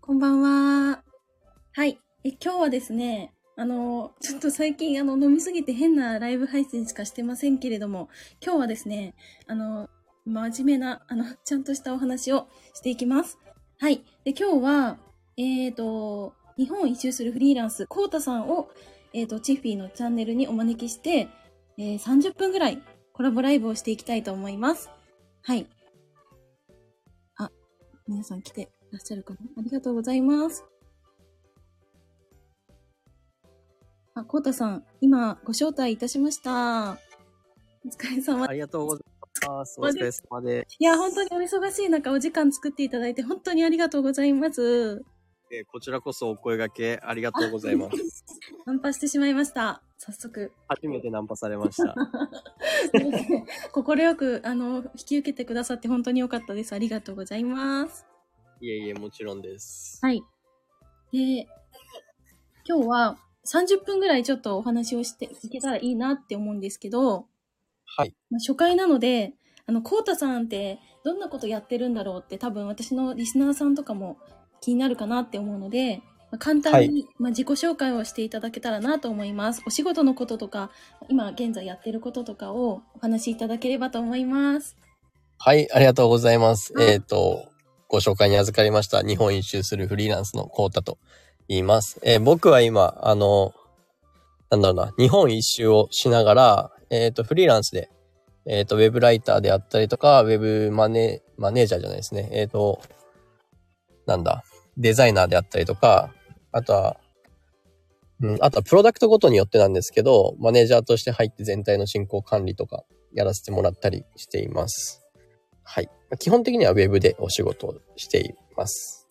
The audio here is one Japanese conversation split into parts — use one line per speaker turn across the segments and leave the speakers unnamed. こんばんは。
はい。え、今日はですね、あの、ちょっと最近、あの、飲みすぎて変なライブ配信しかしてませんけれども、今日はですね、あの、真面目な、あの、ちゃんとしたお話をしていきます。はい。で、今日は、えっ、と、日本一周するフリーランス、コウタさんを、えっ、と、チッフィーのチャンネルにお招きして、えー30分ぐらいコラボライブをしていきたいと思います。はい。あ、皆さん来てらっしゃるかなありがとうございます。あ、コウタさん、今、ご招待いたしました。お疲れ様
ありがとうございます。お疲れ様で。
いや、本当にお忙しい中、お時間作っていただいて、本当にありがとうございます。
えーこちらこそお声掛けありがとうござ います。
ナンパしてしまいました。早 速。
初めてナンパされました。
快く、あの、引き受けてくださって本当に良かったです。ありがとうございます。
いえいえ、もちろんです。
はい。で、今日は30分ぐらいちょっとお話をしていけたらいいなって思うんですけど、
はい。
まあ、初回なので、あの、コウタさんってどんなことやってるんだろうって多分私のリスナーさんとかも気になるかなって思うので、まあ簡単に、まあ、自己紹介をしていただけたらなと思います。お仕事のこととか、今現在やってることとかをお話しいただければと思います。
はい、ありがとうございます。
はい
えっ、と、ご紹介に預かりました、日本一周するフリーランスのコータと言います。えー僕は今、あの、なんだろうな、日本一周をしながら、えっ、と、フリーランスで、えっ、と、ウェブライターであったりとか、ウェブマネ、マネージャーじゃないですね。えっ、と、なんだ、デザイナーであったりとか、あとは、うん、あとはプロダクトごとによってなんですけど、マネージャーとして入って全体の進行管理とかやらせてもらったりしています。はい。基本的にはウェブでお仕事をしています。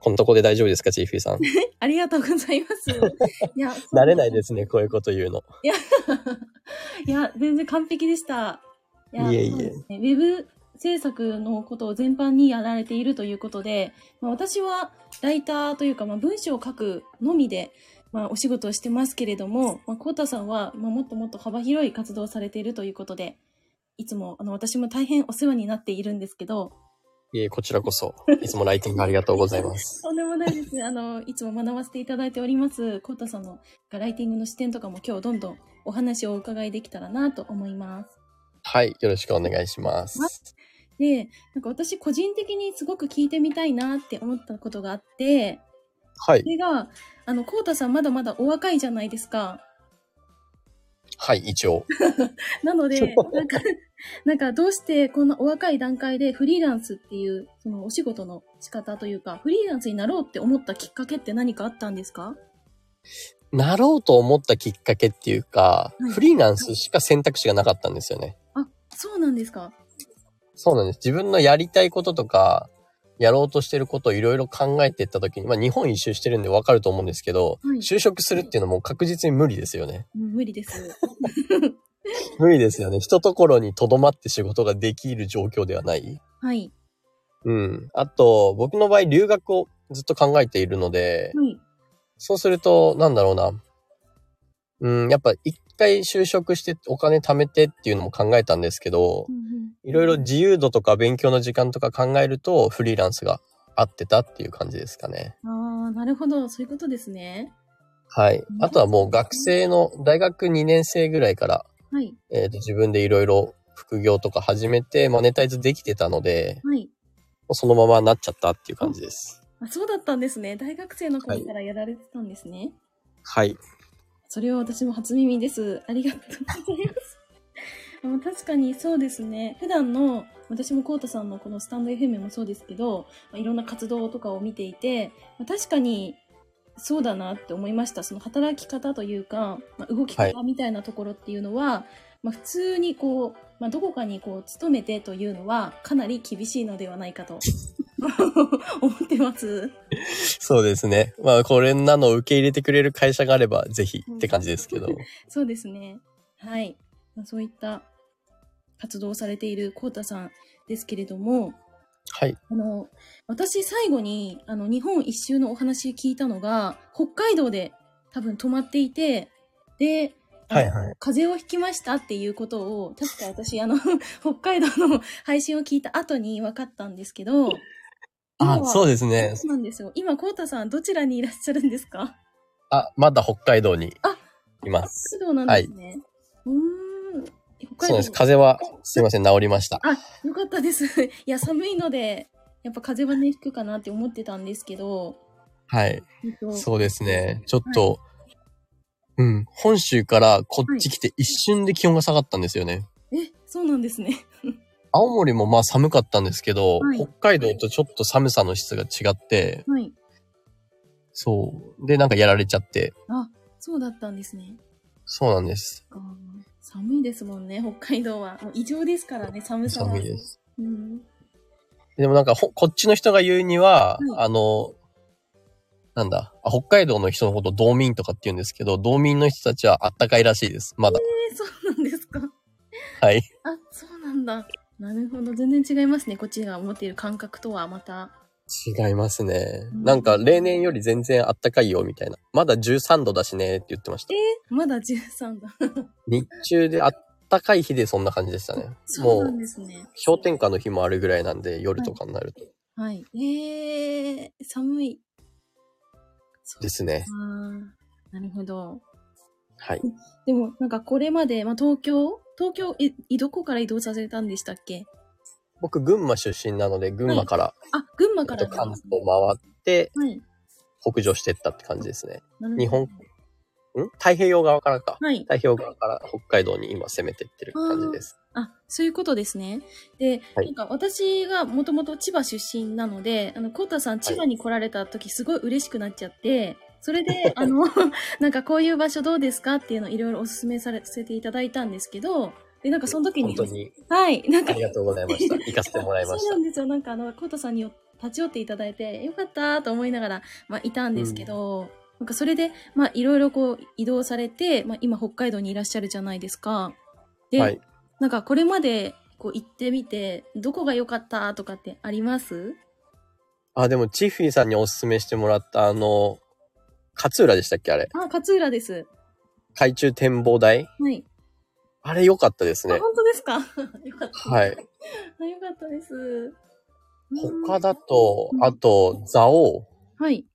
このとこで大丈夫ですか、チーフィ ーさん。
ありがとうござい ます。いや、
慣れないですね、こういうこと言うの。
いや、全然完璧でした。や
いえいえ
そうですねウェブ制作のことを全般にやられているということで、まあ、私はライターというか、まあ、文章を書くのみで、まあ、お仕事をしてますけれども、まあ、コウタさんは、まあ、もっともっと幅広い活動をされているということで、いつも、あの、私も大変お世話になっているんですけど、
いえ、こちらこそ、いつも来店ありがとうございます。
とんでもないです。 あの、いつも学ばせていただいております。コウタさんのライティングの視点とかも今日どんどんお話をお伺いできたらなと思います。
はい、よろしくお願いします。
で、なんか私個人的にすごく聞いてみたいなって思ったことがあって、
は
そ
い、
れが、あの、コウタさんまだまだお若いじゃないですか。
はい、一応。
なので、なんか、 なんかどうしてこんなお若い段階でフリーランスっていう、そのお仕事の仕方というか、フリーランスになろうって思ったきっかけって何かあったんですか
なろうと思ったきっかけっていうか
はい、
フリーランスしか選択肢がなかったんですよね。
そうなんですか
そうなんです。自分のやりたいこととか、やろうとしてることをいろいろ考えていったときに、まあ日本一周してるんでわかると思うんですけど、
はい
就職するっていうのも確実に無理ですよね。
うん無理です。
無理ですよね。一ところに留まって仕事ができる状況ではない。
はい。
うん。あと、僕の場合留学をずっと考えているので、
はい。
そうすると、なんだろうな。うん、やっぱ一回就職してお金貯めてっていうのも考えたんですけど
う、んうん
いろいろ自由度とか勉強の時間とか考えるとフリーランスが合ってたっていう感じですかね。
ああ、なるほど。そういうことですね。
はい。あとはもう学生の大学2年生ぐらいから、
はい。
えーと自分でいろいろ副業とか始めてマネタイズできてたので、
はい。
もうそのままなっちゃったっていう感じです。
あそうだったんですね。大学生の頃からやられてたんですね。
はい。
それは私も初耳です。ありがとうございます。でも確かにそうですね。普段の、私もコウタさんのこのスタンド FM もそうですけど、まあいろんな活動とかを見ていて、まあ確かにそうだなって思いました。その働き方というか、まあ動き
はい
方みたいなところっていうのは、まあ普通にこう、まあどこかにこう、勤めてというのはかなり厳しいのではないかと思ってます。
そうですね。まあこれなのを受け入れてくれる会社があればぜひって感じですけど。
そうですね。はい。まあそういった活動をされているコウタさんですけれども、
はい。
あの、私最後に、あの、日本一周のお話聞いたのが、北海道で多分泊まっていて、で、あの
はいはい
風邪をひきましたっていうことを、確 か私、あの、北海道の配信を聞いた後に分かったんですけど、
あ
今、は
そうですね。
そうなんですよ。今、コウタさん、どちらにいらっしゃるんですか
あ、まだ北海道に
あ
います。
北海道なんですね。うーん。北
そう
海道
です。風邪は、すいません、治りました。
あ、よかったです。 いや、寒いので、やっぱ風邪はね、吹くかなって思ってたんですけど、
はい。
えっと
そうですね。ちょっと、うん。本州からこっち来て一瞬で気温が下がったんですよね。
え、そうなんですね。
青森もまあ寒かったんですけど、
はい
北海道とちょっと寒さの質が違って、
はい。
そう。で、なんかやられちゃって、
あ、そうだったんですね。
そうなんです。
あー寒いですもんね、北海道は。もう異常ですからね、寒さが。
寒いです。
うん。
でもなんかほ、こっちの人が言うには、
は
あの、なんだ、あ北海道の人のこと道民とかって言うんですけど、道民の人たちはあったかいらしいです。まだ。
え、そうなんですか。
はい。
あ、そうなんだ。なるほど。全然違いますね。こっちが思っている感覚とはまた。
違いますね。
うん
なんか、例年より全然あったかいよ、みたいな。まだ13度だしね、って言ってました。
まだ13だ。
日中であったかい日でそんな感じでしたね。
そう
も
なん
う、
ですね。
氷点下の日もあるぐらいなんで、夜とかになると。
はい。えー、寒い。そう
ですね。
あーなるほど。
はい。
でも、なんかこれまで、まあ、東京東京、え、いどこから移動させたんでしたっけ
僕、群馬出身なので、群馬から、
あ、群馬
え
か
っ
ら
と
なん
関
です
東
ね
回って、
はい。
北上してったって感じですね。
なるほど
日本。ん太平洋側からか。
はい。
太平洋側から北海道に今攻めてってる感じです。
あ、そういうことですね。で、
は
な
い
んか私がもともと千葉出身なので、あの、コウタさん千葉に来られた時すごい嬉しくなっちゃって、それ で、あの、なんかこういう場所どうですかっていうのをいろいろお勧めされさせていただいたんですけど、で、なんかその時
本
に、
当に
はい、なん
あ
か
り、がとうござい ました。行かせてもらいまし
そう
た
な。んですよ。なんかあの、コウタさんによ立ち寄っていただいて、よかったと思いながら、まあ、いたんですけど、なんかそれで、まあ、いろいろこう、移動されて、まあ、今北海道にいらっしゃるじゃないですか。で、
はい。
なんかこれまでこう行ってみて、どこが良かったとかってあります
あ、でも、チーフィーさんにおすすめしてもらった、あの、勝浦でしたっけあれ。
あ、勝浦です。
海中展望台
はい。
あれ良かったです
あ、
ね。
本当ですか よかった。
はい。
あ。よかったです。
他
だ。
だと、あと、蔵王
はい。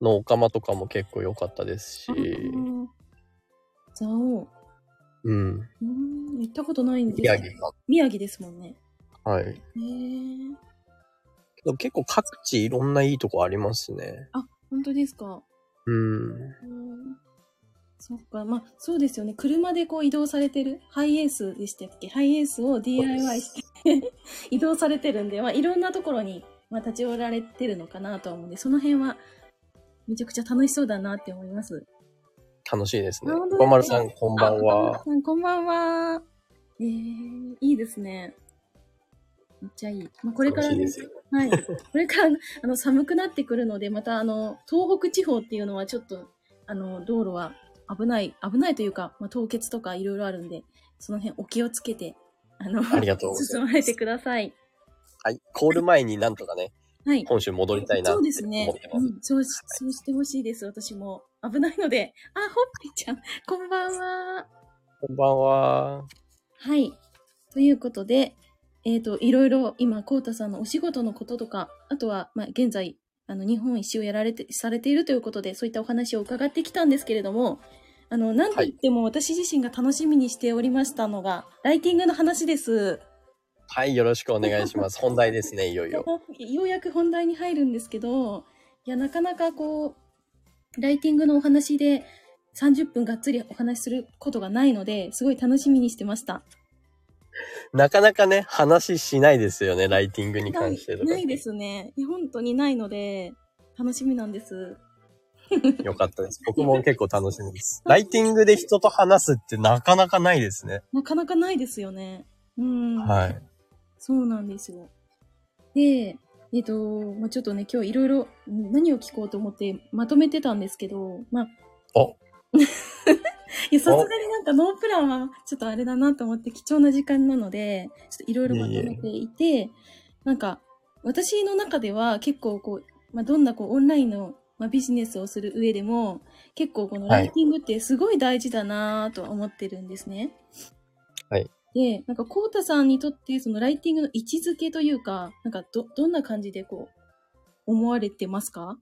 のお釜とかも結構良かったですし、
蔵王。
うん。
うーん、行ったことないんです
宮城か。
宮城ですもんね。
はい。
へえ。
けど結構各地いろんないいとこありますね。
あ、本当ですか。
うん。
うーん。そっか。まあ、そうですよね。車でこう移動されてる。ハイエースでしたっけハイエースを DIY して 移動されてるんで、まあ、いろんなところに、まあ、立ち寄られてるのかなとは思うんで、その辺は、めちゃくちゃ楽しそうだなって思います。
楽しいですね
あ本当です。ね
小丸さん、こんばん
あ
は。
こんばんは。こんばんは。えー、いいですね。めっちゃいい。まあ、これから
楽しい
ね、
ですよ。
はい。これから、あの、寒くなってくるので、また、あの、東北地方っていうのはちょっと、あの、道路は危ない、危ないというか、まあ、凍結とかいろいろあるんで、その辺お気をつけて、あの、
ありがとうござい
進
ます
まれてください。
はい。コール前になんとかね、
はい。
本州戻りたいなっ
そう
て
ですね
思って。ま
う
す。
ん、そうし、そうしてほしいです、私も。危ないので。あ、ほっぺちゃん、こんばんは。
こんばんは。
はい。ということで、えっ、と、いろいろ今、コウタさんのお仕事のこととか、あとは、まあ、現在、あの、日本一周をやられて、されているということで、そういったお話を伺ってきたんですけれども、あの、なんと言っても私自身が楽しみにしておりましたのが、ライティングの話です。
はい。よろしくお願いします。本題ですね、いよいよ。
ようやく本題に入るんですけど、いや、なかなかこう、ライティングのお話で30分がっつりお話しすることがないので、すごい楽しみにしてました。
なかなかね、話しないですよね、ライティングに
ない
関してとか。
ないですね。いや本当にないので、楽しみなんです。
よかったです。僕も結構楽しみです。ライティングで人と話すってなかなかないですね。
なかなかないですよね。うん。
はい。
そうなんですよ。で、えっと、まあ、ちょっとね、今日いろいろうん何を聞こうと思ってまとめてたんですけど、まあ、
お
いや、さすがになんかノープランはちょっとあれだなと思って貴重な時間なので、ちょっといろいろまとめていて、なんか、私の中では結構こう、まあ、どんなこうオンラインの、まあ、ビジネスをする上でも、結構この
は
ラ
い
イティングってすごい大事だなぁとは思ってるんですね。
はい。
で、なんか、こうたさんにとって、そのライティングの位置づけというか、なんか、ど、どんな感じでこう、思われてますか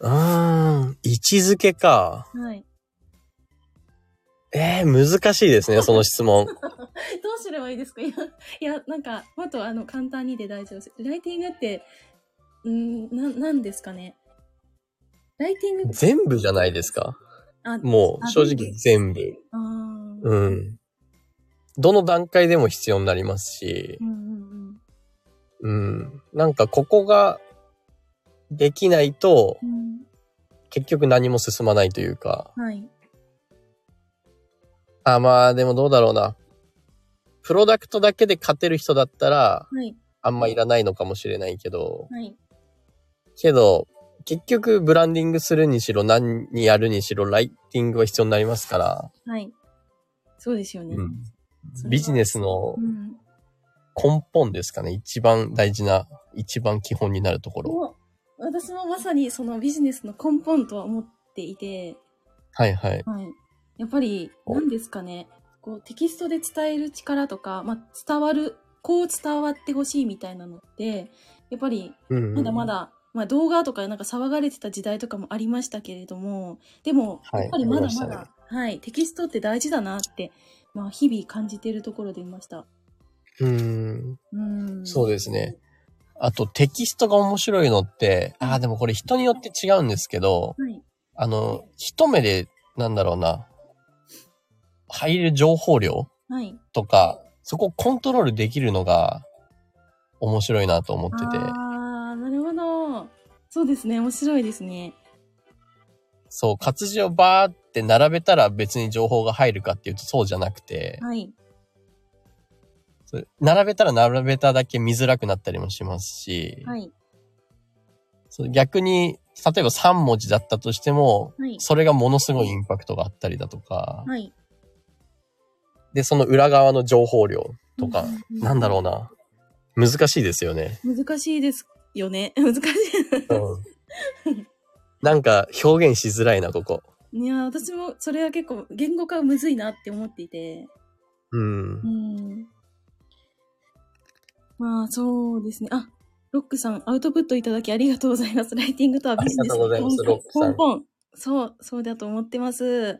うーん、位置づけか。
はい。
えー、難しいですね、その質 問。
どうすればいいですかいや、いや、なんか、もっとあの、簡単にで大丈夫です。ライティングって、うんな、なんですかね。ライティング、
全部じゃないですか
あ、
もう、
あ
正直全部。
あー
うん。どの段階でも必要になりますし
う、んうん
うん。なんかここができないと
う、ん。
結局何も進まないというか。
うん。はい。
あ、まあでもどうだろうな。プロダクトだけで勝てる人だったら、
はい。
あんまいらないのかもしれないけど、
はい。
けど、結局ブランディングするにしろ何にやるにしろライティングは必要になりますから、
はい。そうですよね。
ビジネスの
うん。
根本ですかね。一番大事な、一番基本になるところ。
もう私もまさにそのビジネスの根本とは思っていて、
はいはい。
はい、やっぱり
お
何ですかねこうテキストで伝える力とか、まあ、伝わるこう伝わってほしいみたいなのってやっぱり
うんう
ま
ん
だま。だ、まあ、動画とかなんか騒がれてた時代とかもありましたけれどもでも
はい
やっぱりまだ
ありまし
ま
た
だ、
ね
はい、テキストって大事だなって、まあ、日々感じてるところでいました。
うん。
うん
そうですね。あとテキストが面白いのって、ああ、でもこれ人によって違うんですけど、
はい、
あの、一目で、なんだろうな、入る情報量
はい、
とか、そこをコントロールできるのが面白いなと思ってて、
ああなるほどそうですね面白いですね。
そう、活字をバーって並べたら別に情報が入るかっていうとそうじゃなくて、
はい。
そう並べたら並べただけ見づらくなったりもしますし、
はい。
そう逆に、例えば3文字だったとしても、
はい
それがものすごいインパクトがあったりだとか、
はい。
で、その裏側の情報量とか、
うう
なんだろうな。難しいですよね。
難しいですよね。 難し
なんか表現しづらいな、ここ。
い。いや、私もそれは結構言語化はむずいなって思っていて。
うん
う。ん。まあ、そうですね。あ、ロックさん、アウトプットいただきありがとうございます。ライティングとはビジネス
ありがとうございますロックさん
ポンポン。そう、そうだと思ってます。ロッ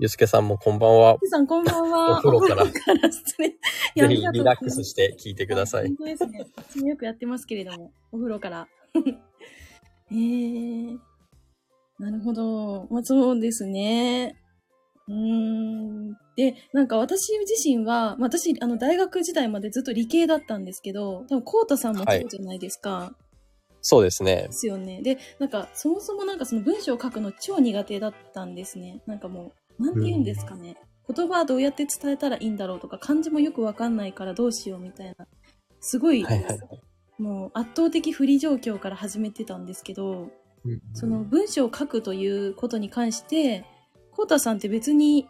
ゆすけさんもこんばんは。
クさん、こんばんは。
お風呂から
お風呂から失礼。いや
ぜひ
あり
リ
が
ラッ
とう
ク
ございます
スして聞いてください
本。当ですね。私もよくやってますけれども、 お風呂から。えー、なるほど。まあそうですね。うーん。で、なんか私自身は、まあ私、あの、大学時代までずっと理系だったんですけど、多分、コウタさんもそうじゃないですか。
そうですね
で。すよね。で、なんか、そもそもなんかその文章を書くの超苦手だったんですね。なんかもう、なんて言うんですかね。言葉どうやって伝えたらいいんだろうとか、漢字もよくわかんないからどうしようみたいな。すごい、
はいはい
もう圧倒的不利状況から始めてたんですけど、その文章を書くということに関して、コウタさんって別に、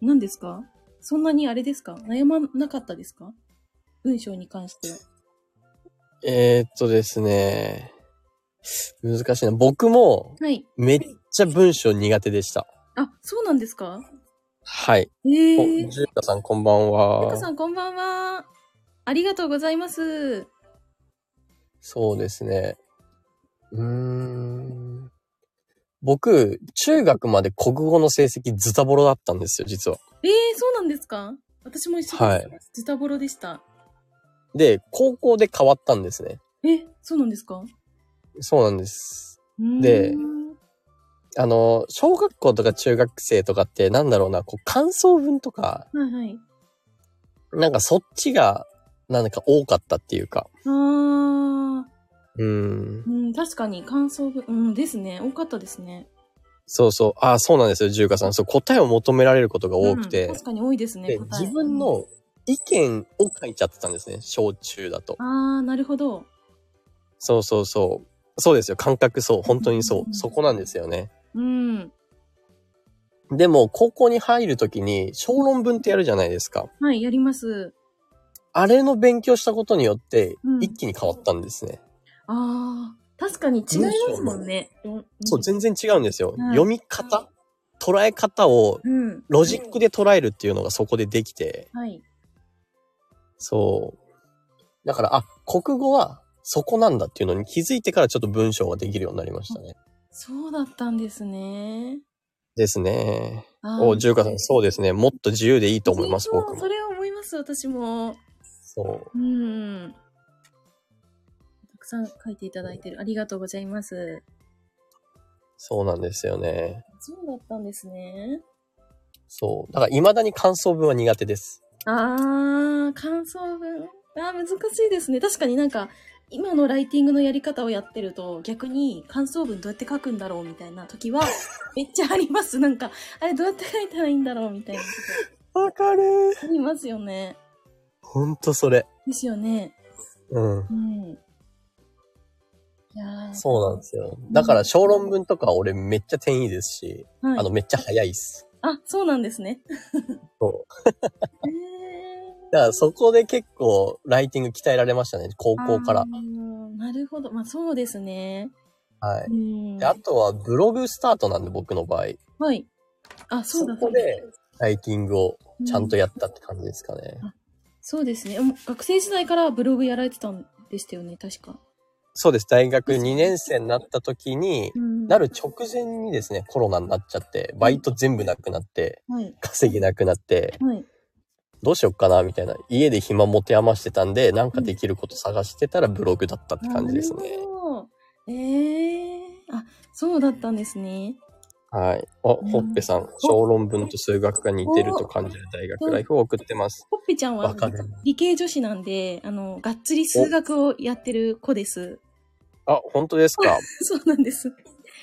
何ですかそんなにあれですか悩まなかったですか文章に関しては。
えー、っとですね。難しいな。僕も
はい。
めっちゃ文章苦手でした。
あ、そうなんですか
はい。
え
お
ー。
ジュリカさんこんばん
ゆかさ
は。
んこんばんは。ありがとうございます。
そうですね。うーん。僕、中学まで国語の成績ズタボロだったんですよ、実は。
えー、そうなんですか私も一緒です。
はい
ズタボロでした。
で、高校で変わったんですね。
え、そうなんですか
そうなんです。
うーん
であの、小学校とか中学生とかって、なんだろうな、こう、感想文とか、
はいはい。
なんかそっちが、なんか多かったっていうか。
あー、
うん
う。ん、確かに感想文、うんですね。多かったですね。
そうそう。ああ、そうなんですよ、重華さん。そう、答えを求められることが多く
うん
て。
確かに多いですね。
で、
答え
自分。の意見を書いちゃってたんですね、小中だと。
あー、なるほど。
そうそうそう。そうですよ、感覚そう。本当に
うん
そ
うんうん
う。そこなんですよね。
うん。
でも、高校に入るときに、小論文ってやるじゃないですか。
はい、やります。
あれの勉強したことによって
う、ん
一気に変わったんですね。
あー、確かに違いますもんね。
そう、全然違うんですよ。
はい
読み方捉え方を
うん。
ロジックで捉えるっていうのがそこでできて、
はい。
そう。だから、あ、国語はそこなんだっていうのに気づいてからちょっと文章ができるようになりましたね。
そうだったんですね。
ですね。
あー
お、重華さん、そうですね。もっと自由でいいと思います、
そう
僕も
そ。れは思います、私も。
そう。
うん。たくさん書いていただいてる。ありがとうございます。
そうなんですよね。
そうだったんですね。
そう。だから、未だに感想文は苦手です。
あー、感想文。あー、難しいですね。確かになんか、今のライティングのやり方をやってると、逆に感想文どうやって書くんだろうみたいな時 は、めっちゃあります。なんか、あれどうやって書いたらいいんだろうみたいなこと
わかる。
ありますよね。
ほんとそれ。
ですよね。
うん。
うん。いやー
そうなんですよ。だから、小論文とか俺めっちゃ点いいですし、
はい、
あの、めっちゃ早いっす。
あ、そうなんです ね。
そう。
へ
だから、そこで結構、ライティング鍛えられましたね。高校から
あ。ーなるほど。まあそうですね。
は
う
い。
ん。
で、あとは、ブログスタートなんで、僕の場合。
はい。あ、そうだ。
そこで、ライティングをちゃんとやったって感じですかね。
そうですね。もう学生時代からブログやられてたんでしたよね、確か。
そうです。大学2年生になった時に、
うん
なる直前にですね、コロナになっちゃって、バイト全部なくなって、
はい。
稼げなくなって、
はい。
どうしよっかな、みたいな。家で暇持て余してたんで、なんかできること探してたらブログだったって感じです
な
ね
る。ほど。ええあ、そうだったんですね。
はい。あ、ほっぺさん、小論文と数学が似てると感じる大学ライフを送ってます。
ほっぺちゃんは
わかる
理系女子なんで、あの、がっつり数学をやってる子です。
あ、本当です か。
そうなんです。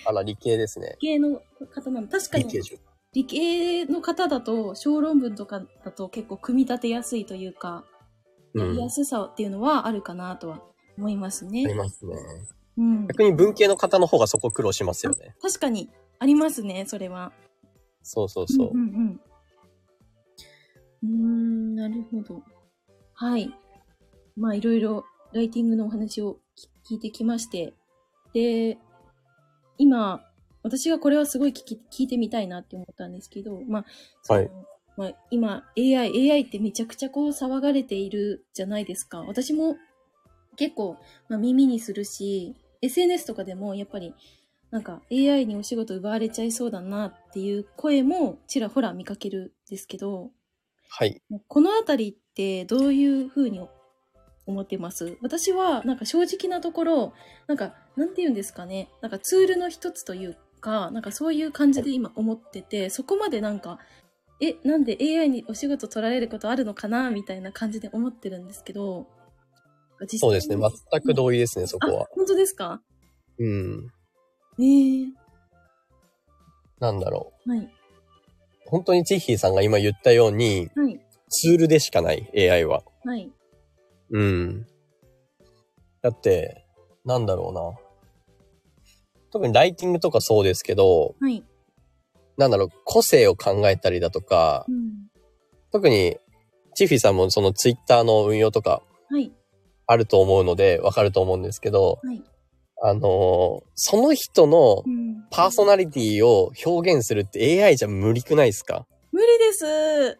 あら、理系ですね。
理系の方なの。確か
理
に。
系じ
理系の方だと小論文とかだと結構組み立てやすいというか、
ゃん。う
やり
ん
や。すさっていうのはあるかなとは思います
あり
ね。
ますね。
うん、
逆に文系の方の方がそこ苦労しますよね。
確かにありますね、それは。
そうそうそう。
うんうん、うん。うーん、なるほど。はい。まあいろいろライティングのお話を聞聞いてきまして、で、今、私がこれはすごい聞き聞いてみたいなって思ったんですけど、まあ、その
はい
まあ、今 AI、AI ってめちゃくちゃこう騒がれているじゃないですか。私も結構、まあ、耳にするし、SNS とかでもやっぱりなんか AI にお仕事奪われちゃいそうだなっていう声もちらほら見かけるんですけど、
はい。
このあたりってどういうふうに思ってます私はなんか正直なところ、なんかなんて言うんですかね、なんかツールの一つというか、なんかそういう感じで今思ってて、そこまでなんか、え、なんで AI にお仕事取られることあるのかなみたいな感じで思ってるんですけど、実際
そうですね。全く同意ですね、そこ
あ
は。、
本当ですか
うん。
ええ
なんだろ
はい、
う。本当にチッヒーさんが今言ったように、
はい、
ツールでしかない、AI は。
はい。
うん。だって、なんだろうな。特にライティングとかそうですけど、
はい。
なんだろう、個性を考えたりだとか
う、ん。
特に、チッフィーさんもそのツイッターの運用とか
はい。
あると思うので、わかると思うんですけど、
はい。
あのーその人の
うん。
パーソナリティを表現するって AI じゃ無理くないですか
無理です。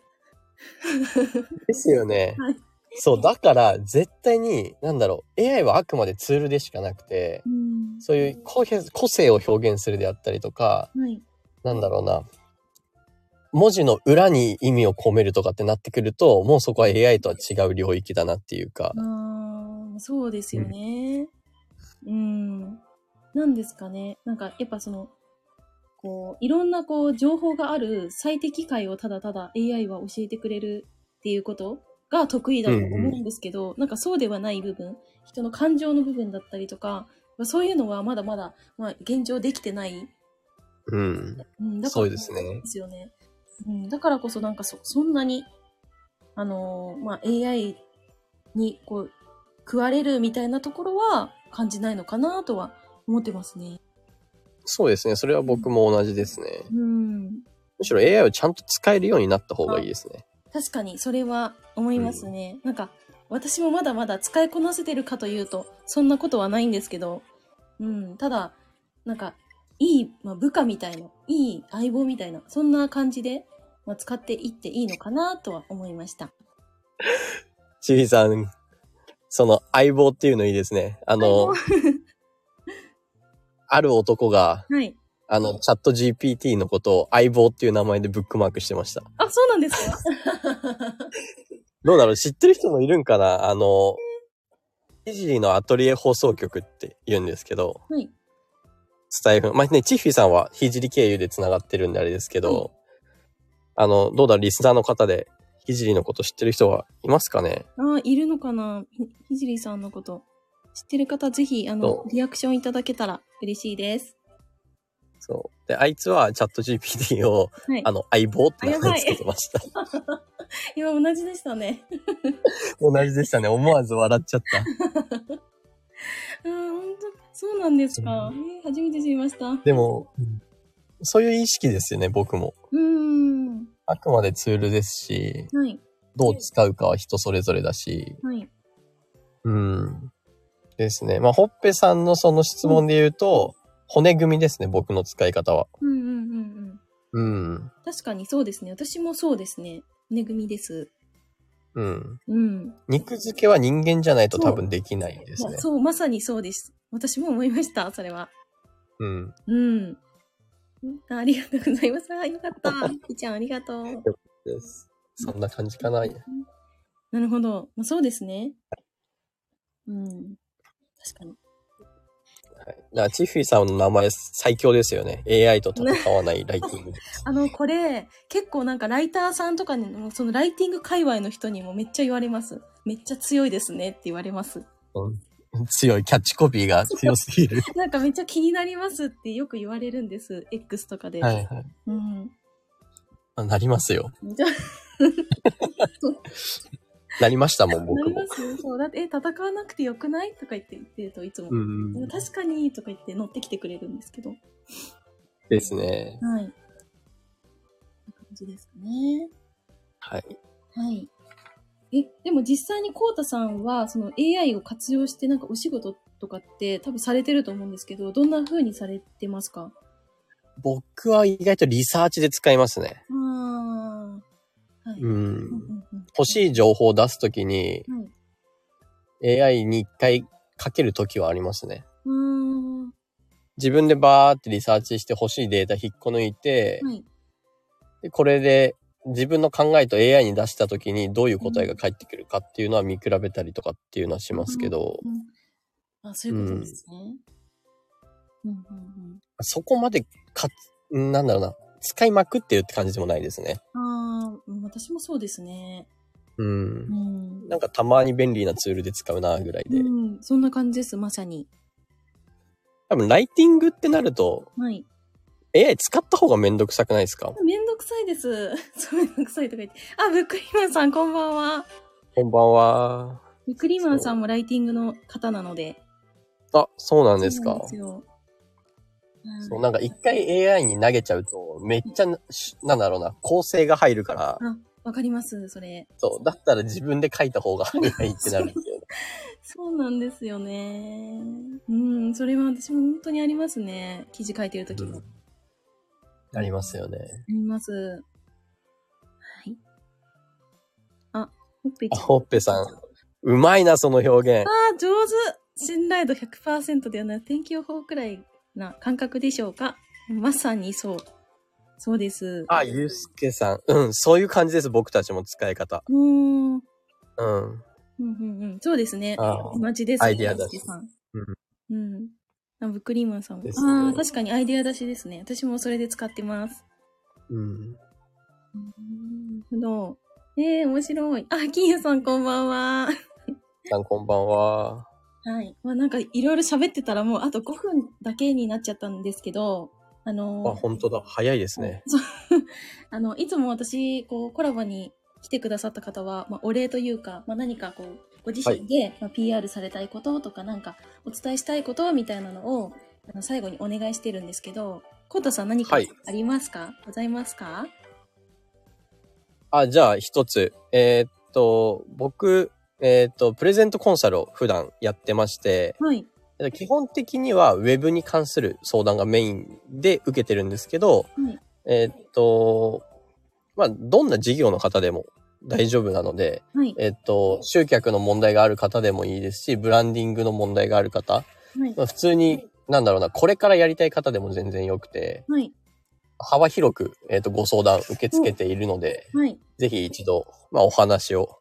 ですよね。
はい
そう、だから絶対に、なんだろう、AI はあくまでツールでしかなくて
う、ん。
そういう個性個性を表現するであったりとか、
はい。
なんだろうな、文字の裏に意味を込めるとかってなってくると、もうそこは AI とは違う領域だなっていうか、
ああ、そうですよね。うん。なんですかね。なんか、やっぱその、こう、いろんなこう、情報がある最適解をただただ AI は教えてくれるっていうことが得意だと思うんですけど、なんかそうではない部分、人の感情の部分だったりとか、まあそういうのはまだまだ、まあ、現状できてない。
うん。
うん、だから
そうですね
ですよね。うん、だからこそなんかそ、そんなに、あのーまあ、AI にこう、食われるみたいなところは感じないのかなとは思ってますね。
そうですね。それは僕も同じですね。
うん。
むしろ AI をちゃんと使えるようになった方がいいですね。
確かに、それは思いますね。なんか、私もまだまだ使いこなせてるかというと、そんなことはないんですけど、うん、ただ、なんか、いい、まあ、部下みたいな、いい相棒みたいな、そんな感じで、まあ、使っていっていいのかなとは思いました。
ちびさん、その相棒っていうのいいですね。あの、 ある男が、
はい。
あの、チャット GPT のことを相棒っていう名前でブックマークしてました。
あ、そうなんですか
どうだろう知ってる人もいるんかなあの、イジリーのアトリエ放送局って言うんですけど、
はい。
スタイフ。まあね、チッフィーさんはひじり経由で繋がってるんであれですけど、あの、どうだろうリスナーの方で、ひじりのこと知ってる人はいますかね
ああ、いるのかなひひじりさんのこと。知ってる方、ぜひ、あの
そ、
リアクションいただけたら嬉しいです。
そう。で、あいつはチャット GPT を、
はい
あ。の、相棒って名前つけてました。
今同じでしたね。
同じでしたね。思わず笑っちゃった。
ああ、本当そうなんですか。えー初めて知りました。う
でも、そういう意識ですよね、僕も。
ーん。
あくまでツールですし、
はい。
どう使うかは人それぞれだし、
はい。
うん。ですね。まあ、ほっぺさんのその質問で言うと、骨組みですね、僕の使い方は。
うんうんうんうん。
うん。
確かにそうですね。私もそうですね。骨組みです。
うん。
うん。
肉付けは人間じゃないと多分できないんです
い
ね
や。そう、まさにそうです。私も思いました、それは。
うん。
うん。ありがとうございます。あーよかった。いっちゃん、ありがとう。
です。そんな感じかな。
なるほど。まあ、そうですね。うん。確かに。
はい、だからチッフィーさんの名前最強ですよね。AI と戦わないライティングです。
あの、これ、結構なんかライターさんとかにも、そのライティング界隈の人にもめっちゃ言われます。めっちゃ強いですねって言われます。
強いキャッチコピーが強すぎる。
なんかめっちゃ気になりますってよく言われるんです。X とかで。
はいはい
うん。
あ。なりますよ。
じゃあ
なりましたもん、
な
僕
り
も
ま。すそうだって、え、戦わなくてよくないとか言って言ってるといつも。
うん。
確かにとか言って乗ってきてくれるんですけど。はい。
ですね。
こんな感じですかね。
はい。
はい。え、でも実際にコウタさんは、その AI を活用してなんかお仕事とかって多分されてると思うんですけど、どんな風にされてますか
僕は意外とリサーチで使いますね。
ああ。はい。
う
うん
ん。
うんうん
欲しい情報を出すときに
はい
AI に一回かけるときはありますね。
うーん。
自分でバーってリサーチして欲しいデータ引っこ抜いて、
はい。
でこれで自分の考えと AI に出した時にどういう答えが返ってくるかっていうのは見比べたりとかっていうのはしますけど、
うんあ、そういうことですね。うんうんうん。
そこまでかつ、んなんだろうな、使いまくってるって感じでもないですね。
ああ、うん私もそうですね。
う。
うんん。
なんかたまに便利なツールで使うなぐらいで。
うん、そんな感じです、まさに。
多分ライティングってなると
はい。
AI 使った方がめんどくさくないですか
めんどくさいです。 そうめんどくさいとか言って。あ、ブックリマンさんこんばんは。
こんばんは。
ブックリマンさんもライティングの方なので。
あ、そうなんです
そう
か
なん。ですよ。うん
そう、なんか一回 AI に投げちゃうと、めっちゃな、しなんだろうな、構成が入るから、
あ、わかります、それ。
そう、だったら自分で書いた方が早いってなるんですよね。
そうなんですよね。うん、それは私も本当にありますね。記事書いてるときも。
う
あ
んありますよね。
ります。はい。あ、ほっぺち
あ、
ゃん。あ
ほっぺさん。うまいな、その表現。
ー、上手信頼度100%ではない天気予報くらいな感覚でしょうかまさにそう。そうです。
あ、ゆうすけさん。うん、そういう感じです、僕たちも使い方。
うーん。うん
う
う
ん。
んうん。そうですね。
あー
同じです、
アイデアだし
大輔さん。うん。あ、ブックリーマンさんも。
ですね
ああ、確かにアイデア出しですね。私もそれで使ってます。
うん。
なるほど。ええー、面白い。あ、金谷さんこんばんは。
さん、こんばんは。
はい。まあなんかいろいろ喋ってたらもうあと5分だけになっちゃったんですけど、あ
あ、
のー
本当だ。早いですね。
そうあの、いつも私、こう、コラボに来てくださった方は、まあ、お礼というか、まあ、何かこう、ご自身で、まあ、PR されたいこととか、なんか、お伝えしたいことみたいなのを、あの、最後にお願いしてるんですけど、コータさん何か
はい
ありますか、ございますか
あ、じゃあ、一つ。えーっと、僕、えーっと、プレゼントコンサルを普段やってまして、
はい。
えっと基本的にはウェブに関する相談がメインで受けてるんですけど、
うん
えーっと、まあ、どんな事業の方でも大丈夫なので、
はい。
えっと、集客の問題がある方でもいいですし、ブランディングの問題がある方、
はい。
まあ普通に、なんだろうな、これからやりたい方でも全然よくて、
はい。
幅広く、えっと、ご相談受け付けているので、
はい。
ぜひ一度、まあ、お話を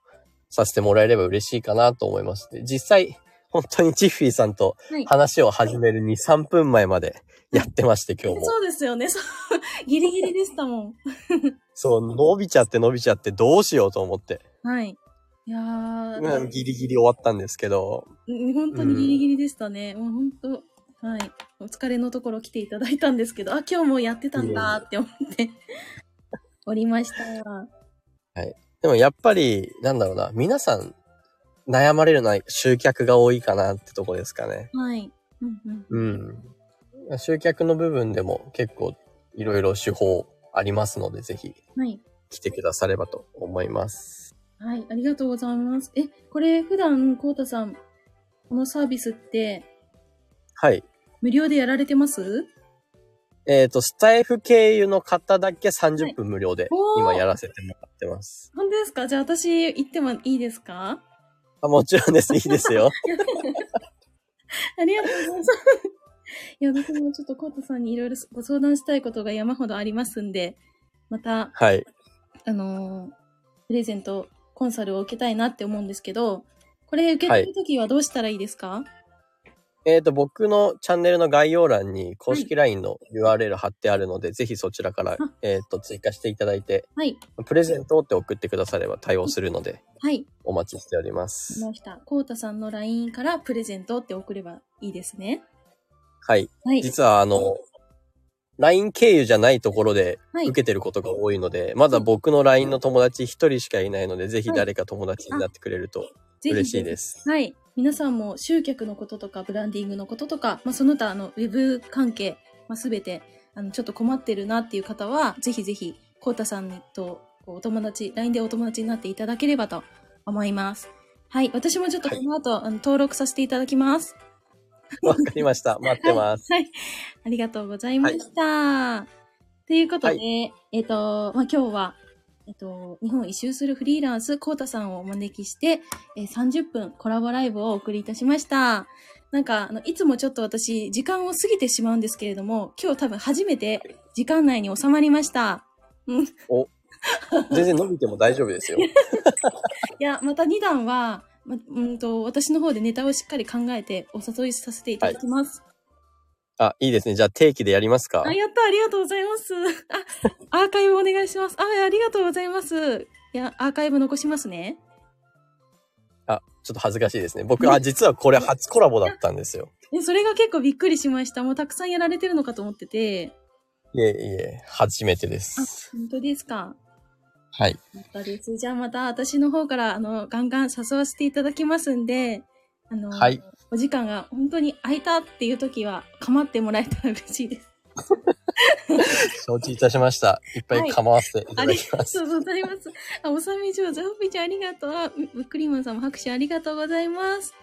させてもらえれば嬉しいかなと思います。で実際、本当にチッフィーさんと
はい
話を始める2、3分前までやってまして、今日も。
そうですよね。そう。 ギリギリでしたもん。
そう、伸びちゃって伸びちゃってどうしようと思って、
はい。いや
まあ
ー、
ギリギリ終わったんですけど、
うん本当にギリギリでしたね。もう本当、はい。お疲れのところ来ていただいたんですけど、あ、今日もやってたんだーって思って、おりました。
でもやっぱり、なんだろうな、皆さん悩まれるのは集客が多いかなってとこですかね。
はい。うんうん。
うん。集客の部分でも結構いろいろ手法ありますので、ぜひ
はい。
来てくださればと思います。
はい。ありがとうございます。え、これ普段、こうたさん、このサービスって
はい。
無料でやられてます
えっ、と、スタイフ経由の方だけ30分無料で
おー
今やらせてもらってます。
本当ですかじゃあ私行ってもいいですか
あもちろ んです。いいですよ。
ありがとうございます。いや、私もちょっとコートさんにいろいろご相談したいことが山ほどありますんで、また、
はい。
あのープレゼント、コンサルを受けたいなって思うんですけど、これ受け取るときはどうしたらいいですか
えっ、と、僕のチャンネルの概要欄に公式 LINE の URL 貼ってあるので、ぜひそちらから
あ、
えっ、と、追加していただいて、
はい。
プレゼントって送ってくだされば対応するので、
はい。
お待ちしており
来
ます。
ました。コータさんの LINE からプレゼントって送ればいいですね。
はい。
はい。
実は、あの、LINE 経由じゃないところで
はい
受。けてることが多いので、まだ僕の LINE の友達一人しかいないので、ぜひ誰か友達になってくれると
ぜひ
嬉しいです。
はい。皆さんも集客のこととか、ブランディングのこととか、まあ、その他、あの、ウェブ関係、まあ、すべて、あの、ちょっと困ってるなっていう方は、ぜひぜひ、コウタさんと、こうお友達、LINE でお友達になっていただければと思います。はい。私もちょっとこの後、あの登録させていただきます。
わかりました。待ってます。
はい。ありがとうございました。ということで、
は
えっ、と、まあ、今日は、えっ、と、日本一周するフリーランス、コウタさんをお招きして、えー30分コラボライブをお送りいたしました。なんか、あの、いつもちょっと私、時間を過ぎてしまうんですけれども、今日多分初めて時間内に収まりました。
全然伸びても大丈夫ですよ。
いや、また2段は、ま、うんと、私の方でネタをしっかり考えてお誘いさせていただきます。
あ、いいですね。じゃあ定期でやりますか
あ、。やった、ありがとうございます。あ、アーカイブお願いします。あ、ありがとうございます。いや、アーカイブ残しますね。
あ、ちょっと恥ずかしいですね。僕、あ、実はこれ初コラボだったんですよ。
えそれが結構びっくりしました。もうたくさんやられてるのかと思ってて。
いえいえ、初めてで
あ
す。、
本当ですか。
はい。
本当です。じゃあまた私の方から、あの、ガンガン誘わせていただきますんで、あの、
はい
お時間が本当に空いたっていう時は、構ってもらえたら嬉しいです。
承知いたしました。いっぱい構わせてい
あ
ただ
り
き
が
ます。
とうございます。あ、おさみじょう、ザホピちゃんありがとう。あブックリーマンさんも拍手ありがとうございます。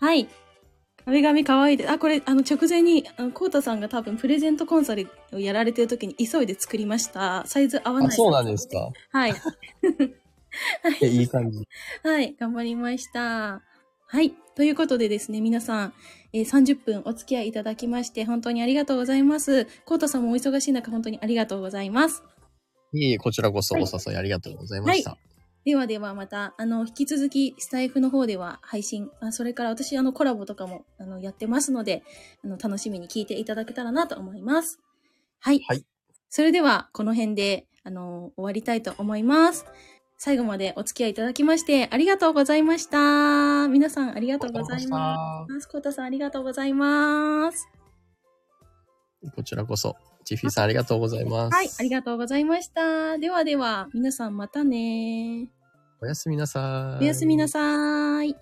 はい。壁紙かわいいで。あ、これ、あの、直前に、あの、コウタさんが多分プレゼントコンサルをやられてる時に急いで作りました。サイズ合わない。
あ、そうなんですか。
はい。
えいい感じ。
はい、頑張りました。はい。ということでですね、皆さん、えー30分お付き合いいただきまして、本当にありがとうございます。コウタさんもお忙しい中、本当にありがとうございます。
いえいえ、こちらこそお誘いありがとうございました。
ではではまた、あの、引き続き、スタイフの方では配信、あそれから私、あの、コラボとかも、あの、やってますので、あの、楽しみに聞いていただけたらなと思います。はい。
はい
それでは、この辺で、あの、終わりたいと思います。最後までお付き合いいただきまして、ありがとうございました。皆さん、ありがとうございます。コータさん、ありがとうございます。
こちらこそ、ジフィーさんありがとうございます。
はい、ありがとうございました。ではでは、皆さんまたね。
おやすみなさーい。
おやすみなさーい。